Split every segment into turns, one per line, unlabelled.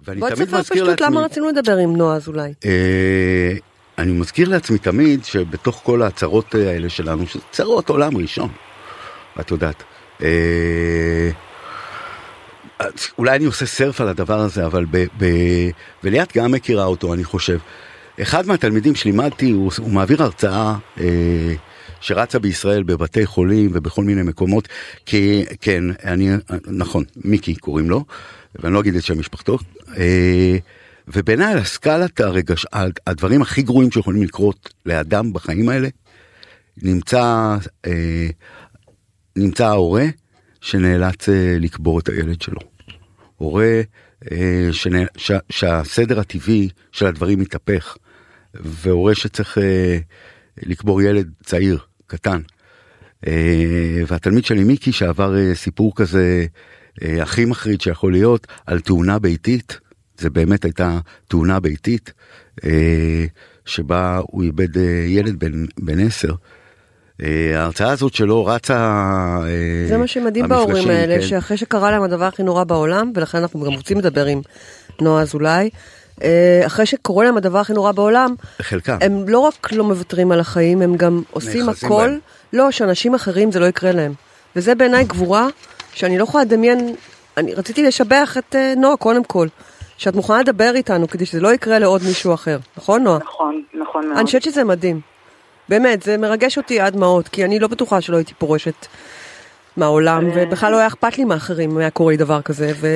ואני
בוא
תמיד
תספר
מזכיר
פשוט
לעצמי...
למה רצינו לדבר עם נועה אזולאי.
אה, אני מזכיר לעצמי תמיד שבתוך כל ההצהרות אה, האלה שלנו, שזה צרות עולם ראשון, את יודעת. אה, אז אולי אני עושה סרף על הדבר הזה, אבל ב... ב וליאת גם מכירה אותו, אני חושב. אחד מהתלמידים שלימדתי, הוא, הוא מעביר הרצאה אה, שרצה בישראל בבתי חולים ובכל מיני מקומות, כי כן, אני, נכון, מיקי קוראים לו, ואני לא אגיד את שם משפחתו, אה, ובעיניי על הסקלת הרגש, הדברים הכי גרועים שיכולים לקרות לאדם בחיים האלה, נמצא, אה, נמצא ההורה שנאלץ אה, לקבור את הילד שלו. הורה אה, שנ... ש... שהסדר הטבעי של הדברים מתהפך, והורה שצריך אה, לקבור ילד צעיר, קטן. אה, והתלמיד שלי מיקי שעבר אה, סיפור כזה אה, הכי מחריד שיכול להיות על תאונה ביתית, זה באמת הייתה תאונה ביתית, אה, שבה הוא איבד אה, ילד בן, בן עשר. אה, ההרצאה הזאת שלו רצה... אה,
זה מה שמדהים
המפגשים,
בהורים האלה,
כן.
שאחרי שקרה להם הדבר הכי נורא בעולם, ולכן אנחנו גם רוצים לדבר עם נועה אזולאי, אה, אחרי שקורה להם הדבר הכי נורא בעולם,
חלקם.
הם לא רק לא מוותרים על החיים, הם גם עושים
נאחזים
הכל,
בהם.
לא, שאנשים אחרים זה לא יקרה להם. וזה בעיניי גבורה שאני לא יכולה לדמיין, אני רציתי לשבח את אה, נועה קודם כל, שאת מוכנה לדבר איתנו כדי שזה לא יקרה לעוד מישהו אחר, נכון נועה?
נכון, נכון מאוד.
אני חושבת שזה מדהים. באמת, זה מרגש אותי עד דמעות, כי אני לא בטוחה שלא הייתי פורשת מהעולם,
אה.
ובכלל לא היה אכפת לי מאחרים אם היה קורה לי דבר כזה, ו...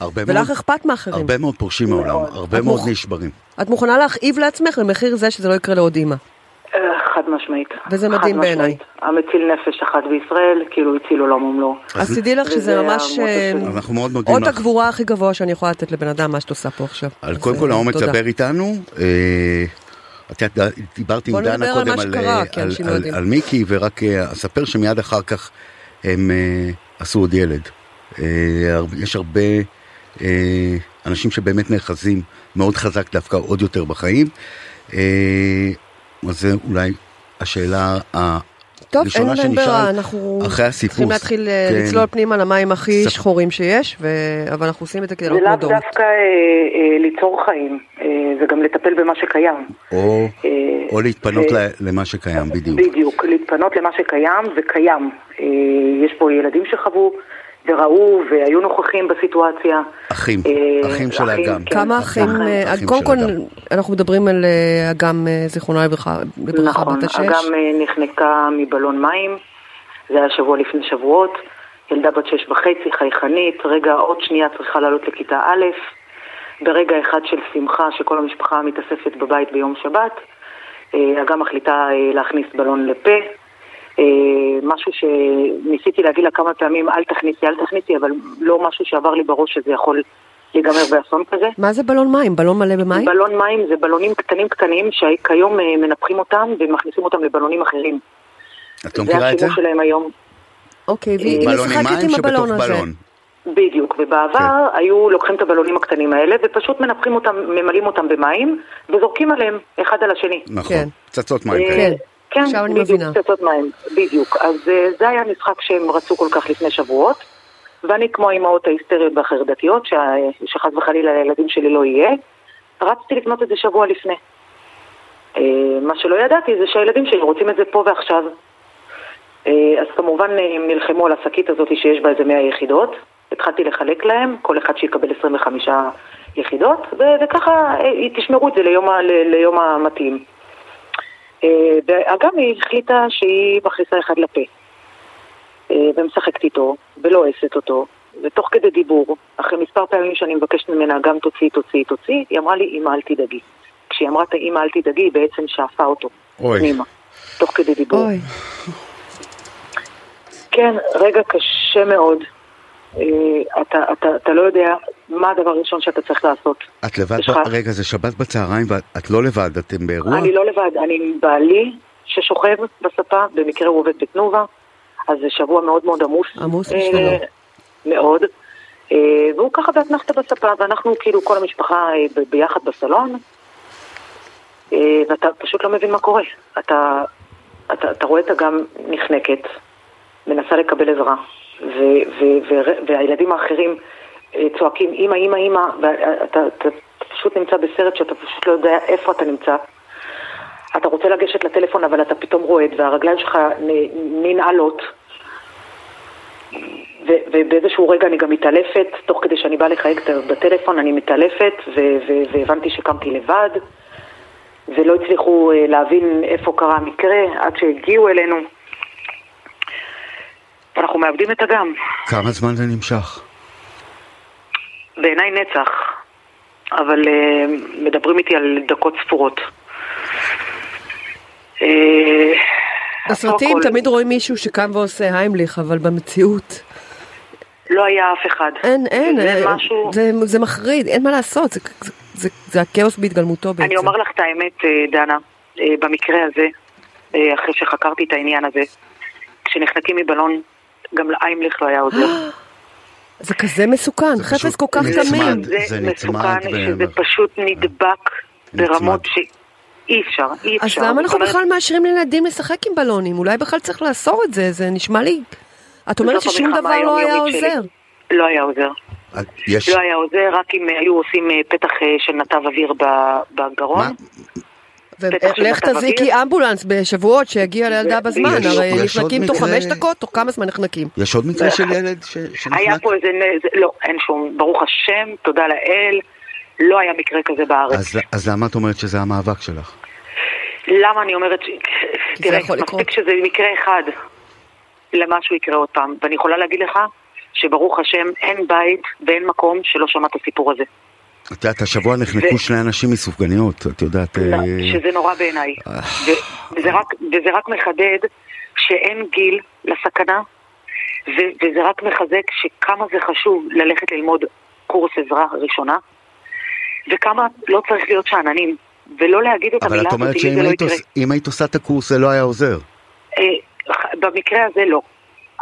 הרבה מאוד-
ולך אכפת מאחרים.
הרבה מאוד פורשים מהעולם, הרבה
את
מאוד
מוכ-
נשברים.
את מוכנה להכאיב לעצמך למחיר זה שזה לא יקרה לעוד אימא.
אה, חד משמעית.
וזה
חד
מדהים
משמעית.
בעיני.
המציל נפש אחת בישראל, כאילו הציל עולם ומלואו.
אז-
אז תדעי לך שזה
וזה
ממש
המוטו
אה,
שלי.
אנחנו מאוד מודים
אות
לך.
הגבורה הכי גבוה שאני יכולה לתת לבן אדם, מה שאת עושה פה עכשיו.
על
אז,
קודם
אה,
כל האומץ
תודה.
לדבר איתנו. אה, את יודעת, דיברתי
בוא
עם דנה
נדבר על
קודם
מה
על,
שקרה,
אה,
כי
על-
אנשים לא
על-
יודעים.
על מיקי, ורק אה, אספר שמיד אחר כך הם אה, עשו עוד ילד. אה, הר- יש הרבה אה, אנשים שבאמת נאחזים מאוד חזק דווקא עוד יותר בחיים. אה, אז זה אולי השאלה
טוב, אין
הראשונה
אין ברירה,
שנשאלת
אנחנו
אחרי הסיפוס.
צריכים להתחיל אה,
כן.
לצלול פנימה למים הכי
ספ-
שחורים שיש, ו- אבל אנחנו עושים את זה כדי
זה
לא
לאו
כמו דורות.
דווקא אה, אה, ליצור חיים, אה, זה גם לטפל במה שקיים.
או,
אה,
או להתפנות
אה,
ל- למה שקיים בדיוק.
בדיוק, להתפנות למה שקיים וקיים. אה, יש פה ילדים שחוו וראו והיו נוכחים בסיטואציה.
אחים,
אה,
אחים של
אחים,
האגם.
כן.
כמה אחים,
נכון.
אה,
אחים
קודם
של
כל
אגם.
אנחנו מדברים על אה, אגם אה, זיכרונה לברכה, בברכה
נכון,
בת השש,
אגם אה, נחנקה מבלון מים, זה היה שבוע לפני שבועות, ילדה בת שש וחצי, חייכנית, רגע, עוד שנייה צריכה לעלות לכיתה א', ברגע אחד של שמחה שכל המשפחה מתאספת בבית ביום שבת, אה, אגם מחליטה אה, להכניס בלון לפה. אה, משהו שניסיתי להגיד לה כמה פעמים, אל תכניסי, אל תכניסי, אבל לא משהו שעבר לי בראש שזה יכול להיגמר באסון כזה.
מה זה בלון מים? בלון מלא במים?
בלון מים זה בלונים קטנים קטנים שכיום אה, מנפחים אותם ומכניסים אותם לבלונים אחרים.
את לא מכירה את זה?
השימוש שלהם היום.
אוקיי,
אה,
והיא היא
בלון עם
משחקת
מים
עם
שבתוך
הבלון הזה.
בלון.
בדיוק, ובעבר
כן.
היו לוקחים את הבלונים הקטנים האלה ופשוט מנפחים אותם, ממלאים אותם במים וזורקים עליהם אחד על השני.
נכון,
כן.
פצצות מים.
אה,
כאלה.
כן.
כן,
עכשיו אני
בדיוק,
מבינה.
פצצות מים, בדיוק. אז אה, זה היה משחק שהם רצו כל כך לפני שבועות, ואני כמו האימהות ההיסטריות והחרדתיות, שה- שחס וחלילה לילדים שלי לא יהיה, רצתי לקנות את זה שבוע לפני. אה, מה שלא ידעתי זה שהילדים שלי רוצים את זה פה ועכשיו. אה, אז כמובן אה, הם נלחמו על השקית הזאת שיש בה איזה 100 יחידות. התחלתי לחלק להם, כל אחד שיקבל 25 יחידות, ו- וככה אה, תשמרו את זה ליום, ה- ל- ליום המתאים. אה, ואגם היא החליטה שהיא מכניסה אחד לפה, אה, ומשחקת איתו, ולועסת אותו, ותוך כדי דיבור, אחרי מספר פעמים שאני מבקשת ממנה, אגם תוציאי, תוציאי, תוציאי, היא אמרה לי, אמא אל תדאגי. כשהיא אמרה את האמא אל תדאגי, היא בעצם שאפה אותו.
אוי.
פנימה, תוך כדי דיבור.
אוי,
כן, רגע קשה מאוד. אה, אתה, אתה, אתה לא יודע מה הדבר הראשון שאתה צריך לעשות.
את לבד,
יש
ב-
לך-
רגע, זה שבת בצהריים ואת לא לבד, אתם באירוע?
אני לא לבד, אני עם בעלי ששוכב בספה, במקרה הוא עובד בתנובה, אז זה שבוע מאוד מאוד עמוס.
עמוס
אה,
בשבילו.
מאוד. אה, והוא ככה באתנחתא בספה, ואנחנו כאילו כל המשפחה אה, ב- ביחד בסלון, אה, ואתה פשוט לא מבין מה קורה. אתה, אתה, אתה רואה את אגם נחנקת, מנסה לקבל עזרה, ו, ו, ו, והילדים האחרים אה, צועקים אימא, אימא, אימא, ואתה אתה- אתה פשוט נמצא בסרט שאתה פשוט לא יודע איפה אתה נמצא. אתה רוצה לגשת לטלפון, אבל אתה פתאום רועד, והרגליים שלך נ- ננעלות. ו- ובאיזשהו רגע אני גם מתעלפת, תוך כדי שאני באה לחייג את- בטלפון, אני מתעלפת, ו- ו- והבנתי שקמתי לבד, ולא הצליחו אה, להבין איפה קרה המקרה, עד שהגיעו אלינו. אנחנו מאבדים את הגם.
כמה זמן זה נמשך?
בעיניי נצח, אבל uh, מדברים איתי על דקות ספורות. אה,
בסרטים
הכל-
תמיד רואים מישהו שקם ועושה היימליך, אבל במציאות
לא היה אף אחד.
אין, אין,
זה
אה,
משהו...
זה- זה מחריד, אין מה לעשות, זה- זה- זה- זה הכאוס בהתגלמותו בעצם.
אני אומר לך את האמת, אה, דנה, אה, במקרה הזה, אה, אחרי שחקרתי את העניין הזה, כשנחנקים מבלון, גם לאיימליך לא היה
אה,
עוזר.
זה כזה מסוכן, חפץ
פשוט
כל כך
נצמד.
תמים.
זה
זה
נצמד
מסוכן,
ב-
שזה פשוט נדבק
נצמד.
ברמות שאי אפשר, אי
אז
אפשר.
למה
זאת
אנחנו
אומרת,
בכלל מאשרים לילדים לשחק עם בלונים? אולי בכלל צריך לאסור את זה, זה נשמע לי... את אומרת
זאת
ששום
המלחמה
דבר לא היה
היומיומית שלי.
עוזר.
לא היה עוזר.
יש...
לא היה עוזר, רק אם היו עושים אה, פתח אה, של נתב אוויר ב- בגרון.
מה?
ו-
בטח של
לך
מצב
תזעיקי אמבולנס בשבועות שיגיע לילדה
ו-
בזמן,
יש-
הרי
יש עוד
נחנקים תוך
מקרה-
חמש דקות, תוך כמה זמן נחנקים?
יש עוד מקרה של ילד ש-
לא. היה
שנחנק?
פה איזה... נ- זה- לא, אין שום... ברוך השם, תודה לאל, לא היה מקרה כזה בארץ.
אז- אז למה את אומרת שזה המאבק שלך?
למה אני אומרת... ש-
כי זה
תראה,
יכול לקרות.
מספיק שזה מקרה אחד למשהו יקרה עוד פעם. ואני יכולה להגיד לך שברוך השם, אין בית ואין מקום שלא שמע את הסיפור הזה.
את יודעת, השבוע נחנקו
ו-
שני אנשים מסופגניות, את יודעת... אה,
לא, שזה נורא בעיניי.
אה.
ו- וזה רק- וזה רק מחדד שאין גיל לסכנה, ו- וזה רק מחזק שכמה זה חשוב ללכת ללמוד קורס עזרה ראשונה, וכמה לא צריך להיות שאננים, ולא להגיד את
אבל
המילה
את אומרת
הזאת,
שאם
זה לא
היית
יקרה.
עוש- אם היית עושה את הקורס זה לא היה עוזר.
אה, ח- במקרה הזה לא.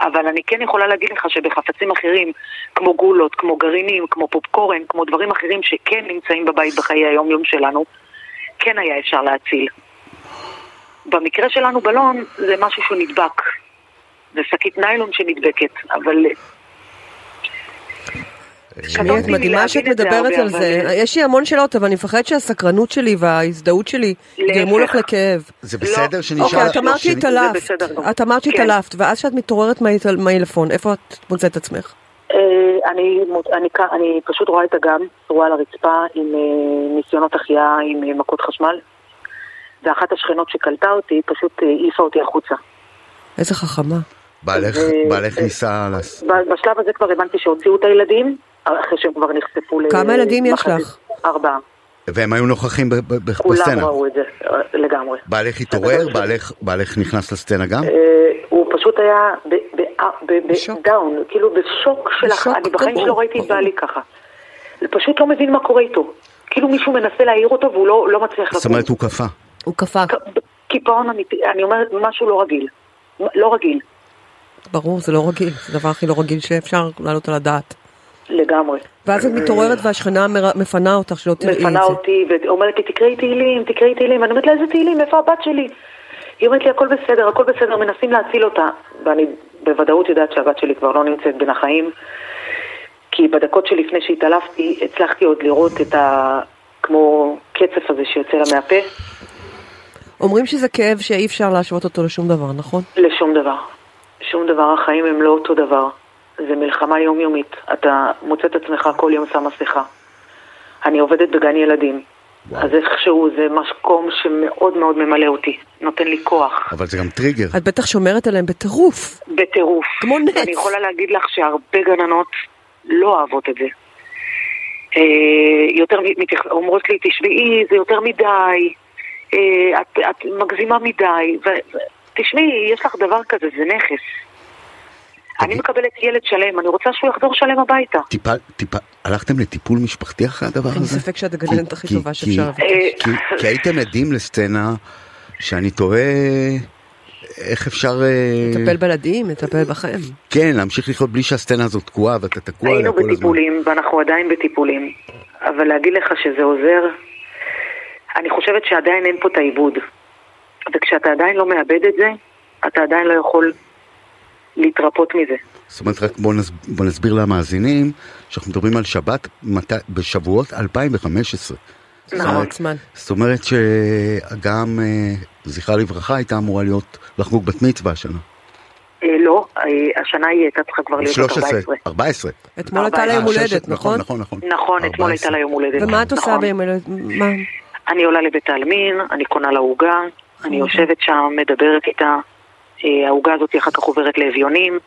אבל אני כן יכולה להגיד לך שבחפצים אחרים, כמו גולות, כמו גרעינים, כמו פופקורן, כמו דברים אחרים שכן נמצאים בבית בחיי היום-יום שלנו, כן היה אפשר להציל. במקרה שלנו בלון זה משהו שהוא נדבק. זה שקית ניילון שנדבקת, אבל... לא
תשמעי, את
קטונתי
מדהימה
מלהבין
שאת
את זה
מדברת
הרבה,
על
אבל-
זה. יש לי המון שאלות, אבל אני מפחדת שהסקרנות שלי וההזדהות שלי
להפך.
יגרמו לך לכאב.
זה
לא.
בסדר שנשאל...
אוקיי, את
לא,
אמרת
שני- זה
שהתעלפת,
בסדר גמור.
את אמרת
כן.
שהתעלפת, ואז כשאת מתעוררת מהעיתל- מהעילפון, איפה את מוצאת עצמך?
אה, אני, מות- אני, כ- אני פשוט רואה את אגם, רואה על הרצפה עם אה, ניסיונות החייאה, עם אה, מכות חשמל, ואחת השכנות שקלטה אותי פשוט אה, העיפה אותי החוצה.
איזה חכמה.
בעלך-
אה,
בעלך
אה,
ניסה... לס-
ב- בשלב הזה כבר הבנתי שהוציאו את הילדים, אחרי שהם כבר נחשפו ל...
כמה ילדים יש
מחזית.
לך?
ארבעה.
והם היו נוכחים ב- ב- ב-
כולם
בסצנה.
ראו את זה אה, לגמרי.
בעלך התעורר, בעלך- בעלך נכנס לסצנה גם?
אה, הוא פשוט היה ב- אה, ב- ב-
בשוק.
בדאון, כאילו בשוק של...
בשוק, אוקיי.
הח- אני בחיים
ברור,
שלא ראיתי את
ברור.
בעלי ככה. הוא פשוט לא מבין מה קורה איתו. כאילו מישהו מנסה להעיר אותו והוא לא- לא מצליח לקום.
זאת אומרת, הוא קפא.
הוא קפא,
ק- קיפאון אמיתי, אני אומרת, משהו לא רגיל. לא רגיל,
ברור, זה לא רגיל, זה הדבר הכי לא רגיל שאפשר להעלות על הדעת.
לגמרי.
ואז את מתעוררת והשכנה מר- מפנה אותך שלא תראי את זה.
אה. מפנה אותי ואומרת לי, תקראי תהילים, תקראי תהילים. אני אומרת לה, איזה תהילים? איפה הבת שלי? היא אומרת לי, הכל בסדר, הכל בסדר, מנסים להציל אותה. ואני בוודאות יודעת שהבת שלי כבר לא נמצאת בין החיים, כי בדקות שלפני שהתעלפתי, הצלחתי עוד לראות את ה... כמו קצף הזה שיוצא לה מהפה,
אומרים שזה כאב שאי אפשר להשוות אותו לשום דבר, נכון?
לשום דבר. שום דבר, החיים הם לא אותו דבר. זה מלחמה יומיומית. אתה מוצא את עצמך כל יום שם מסכה. אני עובדת בגן ילדים.
וואו.
אז איכשהו זה מקום שמאוד מאוד ממלא אותי. נותן לי כוח.
אבל זה גם טריגר.
את בטח שומרת עליהם בטירוף.
בטירוף.
כמו נץ.
אני יכולה להגיד לך שהרבה גננות לא אוהבות את זה. אה, יותר מ- מתייח- אומרות לי, תשמעי, זה יותר מדי, אה, את, את מגזימה מדי, ו- ו- תשמעי, יש לך דבר כזה, זה נכס. אני מקבלת ילד שלם, אני רוצה שהוא יחזור שלם הביתה.
טיפה, טיפה, הלכתם לטיפול משפחתי אחרי הדבר הזה?
אין ספק שאת הגננת הכי טובה שאפשר.
כי, כי, כי הייתם עדים לסצנה שאני תוהה איך אפשר... אה,
לטפל בילדים, לטפל בכם.
כן, להמשיך לחיות בלי שהסצנה הזאת תקועה ואתה תקוע עליה
היינו
כל הזמן.
בטיפולים, ואנחנו עדיין בטיפולים, אבל להגיד לך שזה עוזר, אני חושבת שעדיין אין פה את העיבוד. וכשאתה עדיין לא מאבד את זה, אתה עדיין לא יכול להתרפות מזה.
זאת אומרת, רק בואו נס... בוא נסביר למאזינים, שאנחנו מדברים על שבת מת... בשבועות 2015.
נכון.
זמן.
זאת אומרת שגם, אה, זכרה לברכה, הייתה אמורה להיות לחגוג בת מצווה השנה.
אה, לא, אה, השנה היא הייתה צריכה כבר להיות בת 14.
14.
אתמול הייתה לה יום
אה, שש-
הולדת, נכון?
נכון, נכון.
נכון, אתמול
14.
הייתה לה יום הולדת.
ומה את עושה
נכון.
ביום הולדת? מה?
אני עולה לבית העלמין, אני קונה לה עוגה, אני יושבת שם, מדברת איתה. אה, העוגה הזאת אחר כך עוברת לאביונים.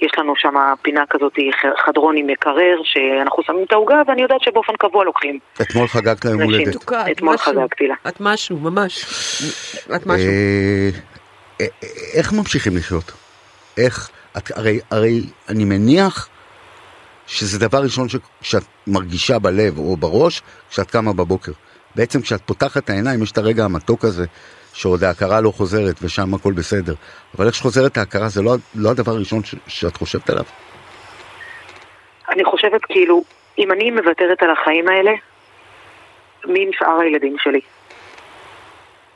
יש לנו שם פינה כזאת, אה, ח- חדרון עם מקרר, שאנחנו שמים את העוגה, ואני יודעת שבאופן קבוע לוקחים.
אתמול חגגת לה יום
נשים.
הולדת.
מתוקה, את
אתמול
משהו.
חגגתי לה.
את משהו, ממש. את משהו.
אה, אה, איך ממשיכים לחיות? איך? את, הרי, הרי אני מניח שזה דבר ראשון ש, שאת מרגישה בלב או בראש כשאת קמה בבוקר. בעצם כשאת פותחת את העיניים יש את הרגע המתוק הזה שעוד ההכרה לא חוזרת ושם הכל בסדר. אבל איך שחוזרת ההכרה זה לא, לא הדבר הראשון ש, שאת חושבת עליו.
כן.
אני חושבת כאילו, אם אני מוותרת על החיים האלה, מי עם שאר הילדים שלי?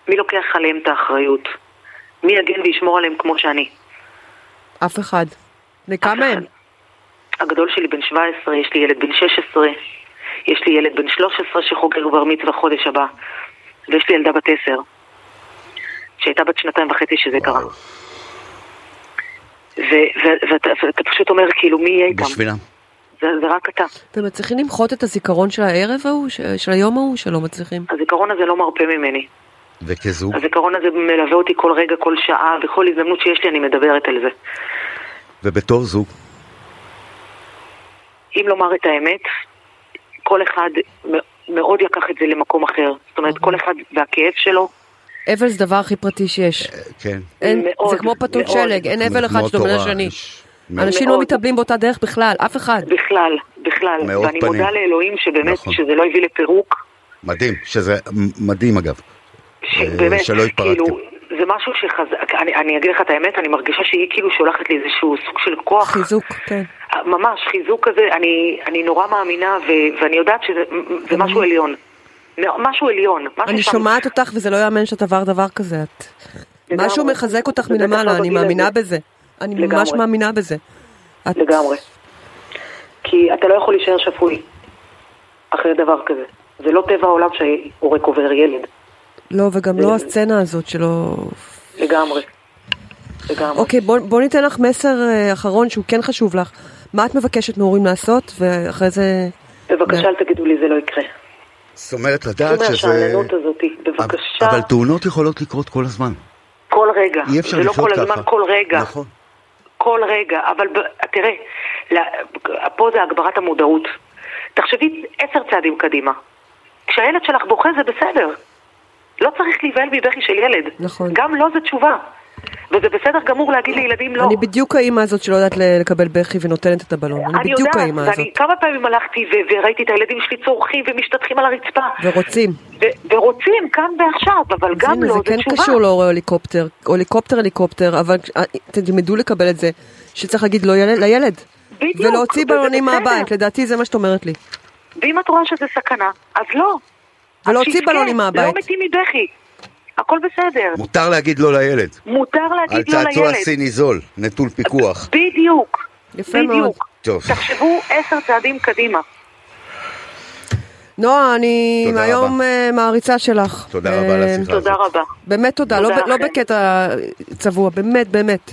מי לוקח עליהם את האחריות? מי יגן וישמור עליהם כמו שאני?
אף אחד. בני כמה הם?
הגדול שלי בן 17, יש לי ילד בן 16, יש לי ילד בן 13 שחוגג בר מצווה חודש הבא, ויש לי ילדה בת 10, שהייתה בת שנתיים וחצי שזה קרה. ו- ו- ואתה ואתה פשוט אומר, כאילו, מי יהיה איתם?
בשבילם.
זה זה רק אתה.
ומצליחים למחות את הזיכרון של הערב ההוא, ש- של היום ההוא, שלא מצליחים.
הזיכרון הזה לא מרפה ממני.
וכזוג,
הזיכרון הזה מלווה אותי כל רגע, כל שעה, בכל הזדמנות שיש לי אני מדברת על זה.
ובתור זוג,
אם לומר את האמת, כל אחד מ- מאוד לקח את זה למקום אחר. זאת אומרת, כל אחד והכאב שלו.
אבל זה דבר הכי פרטי שיש.
כן.
אין-
מאוד,
זה כמו פתות
מאוד.
שלג, אין אבל אחד
מאוד
שדומה
תורה,
לשני.
איש מאוד-
אנשים לא
מאוד.
מתאבלים באותה דרך בכלל, אף אחד.
בכלל, בכלל.
מאות
ואני
פנים.
מודה לאלוהים שבאמת,
נכון.
שזה לא הביא לפירוק.
מדהים, שזה מדהים אגב.
שבאמת,
שלא התפרקתם.
כאילו, זה משהו שחזק, אני, אני אגיד לך את האמת, אני מרגישה שהיא כאילו שולחת לי איזשהו סוג של כוח.
חיזוק, כן.
ממש, חיזוק כזה, אני, אני נורא מאמינה, ו, ואני יודעת שזה זה משהו עליון. משהו עליון. משהו
אני
שם-
שומעת אותך וזה לא יאמן שאת עבר דבר כזה. את-
לגמרי.
משהו מחזק אותך
זה בטח
מלמעלה,
לא
אני
בגיל
מאמינה
הזה.
בזה. אני
לגמרי.
ממש מאמינה בזה. את-
לגמרי. כי אתה לא יכול להישאר שפוי אחרי דבר כזה. זה לא טבע העולם שהורה קובר ילד.
לא, וגם לא הסצנה הזאת שלא...
לגמרי. לגמרי.
אוקיי, בוא בוא ניתן לך מסר אה, אחרון שהוא כן חשוב לך. מה את מבקשת מהורים לעשות, ואחרי זה...
בבקשה, אל תגידו לי, זה לא יקרה.
זאת אומרת, לדעת
שוב
שזה...
השאננות הזאת, בבקשה,
אבל תאונות יכולות לקרות כל הזמן.
כל רגע.
אי אפשר
זה לא
לחיות ככה.
כל הזמן, כל רגע.
נכון.
כל רגע. אבל ב- תראה, ל- פה זה הגברת המודעות. תחשבי עשר צעדים קדימה. כשהילד שלך בוכה זה בסדר. לא צריך להיבהל מבכי של ילד.
נכון.
גם לא זה תשובה. וזה בסדר גמור להגיד לילדים לא.
אני בדיוק האימא הזאת שלא יודעת ל- לקבל בכי ונותנת את הבלון. אני בדיוק האימא
ואני
הזאת.
כמה פעמים הלכתי ו- וראיתי את הילדים שלי צורכים ומשתטחים על הרצפה.
ורוצים.
ו- ורוצים כאן ועכשיו, אבל
אז
גם
הנה,
לא,
זה
זה
כן
תשובה.
קשור להורה הוליקופטר, הוליקופטר הליקופטר, אבל כש- אה, תלמדו לקבל את זה, שצריך להגיד לא יל- לילד.
בדיוק,
ולהוציא
וזה
בלונים
בסדר.
מהבית, לדעתי זה מה שאת אומרת לי.
ואם את רואה שזה סכנה, אז לא.
ולהוציא
אז שיבכה,
בלונים מהבית.
לא מתים מבכי. הכל בסדר.
מותר להגיד לא לילד.
מותר
על
להגיד לא
צעצוע
לילד.
סיני זול, נטול פיקוח.
בדיוק.
יפה
בדיוק.
מאוד.
טוב.
תחשבו עשר צעדים קדימה.
נועה, אני
תודה
היום
רבה.
אה, מעריצה שלך.
תודה
אה,
רבה על השיחה.
תודה
הזאת.
רבה.
באמת תודה,
תודה
לא ב- לא
לכם.
בקטע צבוע, באמת, באמת.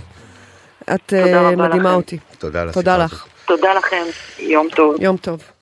את אה,
תודה רבה
מדהימה
לכם.
אותי.
תודה על השיחה
תודה
הזאת.
לך.
תודה לכם. יום טוב.
יום טוב.